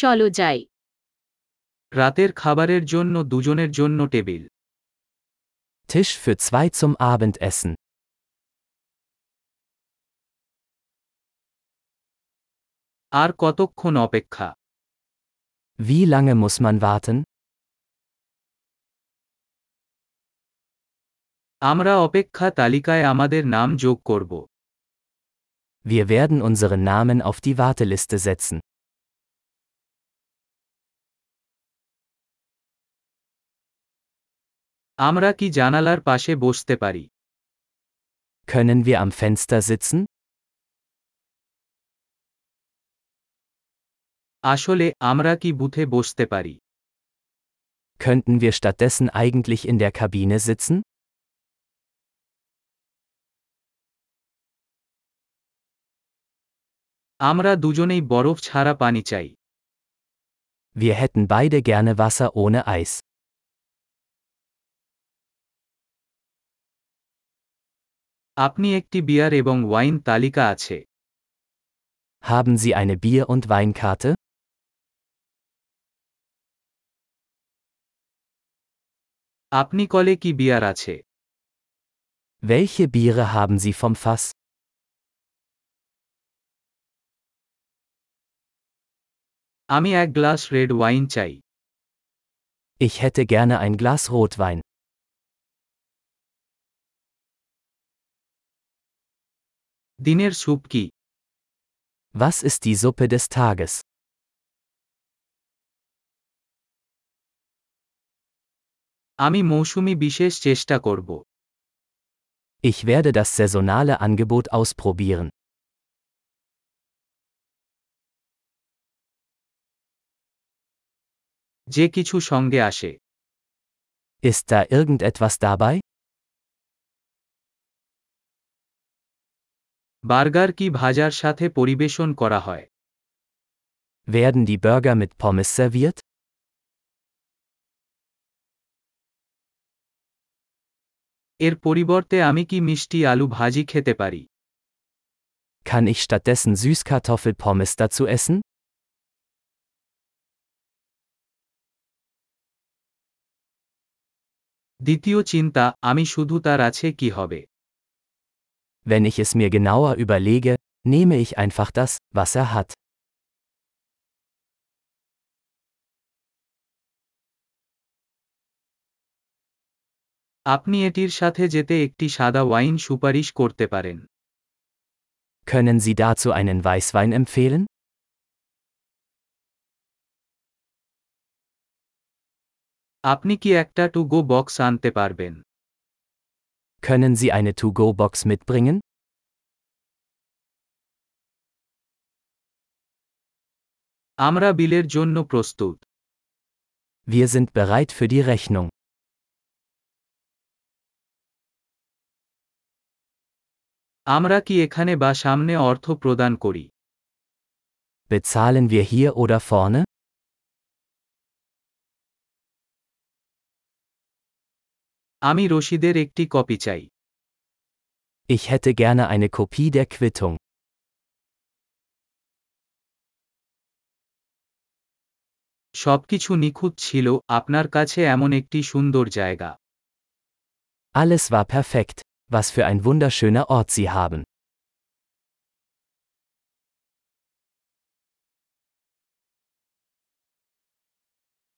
চলো যাই রাতের খাবারের জন্য দুজনের জন্য table Tisch für zwei zum Abendessen. আর কতক্ষণ অপেক্ষা Wie lange muss man warten? আমরা অপেক্ষা তালিকায় আমাদের নাম যোগ করব Wir werden unseren Namen auf die Warteliste setzen. আমরা কি জানালার পাশে বসতে পারি Können wir am Fenster sitzen? আসলে আমরা কি বুথে বসতে পারি Könnten wir stattdessen eigentlich in der Kabine sitzen? আমরা দুজনেই বরফ ছাড়া পানি চাই Wir hätten beide gerne Wasser ohne Eis. আপনি একটি বিয়ার এবং ওয়াইন তালিকা আছে Haben Sie eine Bier- und Weinkarte? আপনি কলে কি বিয়ার আছে Welche Biere haben Sie vom Fass? আমি এক গ্লাস রেড ওয়াইন চাই Ich hätte gerne ein Glas Rotwein. দিনের স্যুপ কি Was ist die Suppe des Tages? আমি মৌসুমি বিশেষ চেষ্টা করব Ich werde das saisonale Angebot ausprobieren. যে কিছু সঙ্গে আসে Ist da irgendetwas dabei? Burger কি ভাজার সাথে পরিবেশন করা হয় Werden die Burger mit Pommes serviert? এর পরিবর্তে আমি কি মিষ্টি আলু ভাজি খেতে পারি Kann ich stattdessen Süßkartoffelpommes dazu essen? দ্বিতীয় চিন্তা আমি শুধু তার আছে কি হবে Wenn ich es mir genauer überlege, nehme ich einfach das, was er hat. আপনি এটির সাথে যেতে একটি সাদা ওয়াইন সুপারিশ করতে পারেন Können Sie dazu einen Weißwein empfehlen? আপনি কি একটা টু গো বক্স আনতে পারবেন Können Sie eine To-Go-Box mitbringen? আমরা বিলের জন্য প্রস্তুত Wir sind bereit für die Rechnung. আমরা কি এখানে বা সামনে অর্থ প্রদান করি Bezahlen wir hier oder vorne? আমি রসিদের একটি কপি চাই Ich hätte gerne eine Kopie der Quittung. সবকিছু নিখুঁত ছিল আপনার কাছে এমন একটি সুন্দর জায়গা Alles war perfekt. Was für ein wunderschöner Ort Sie haben.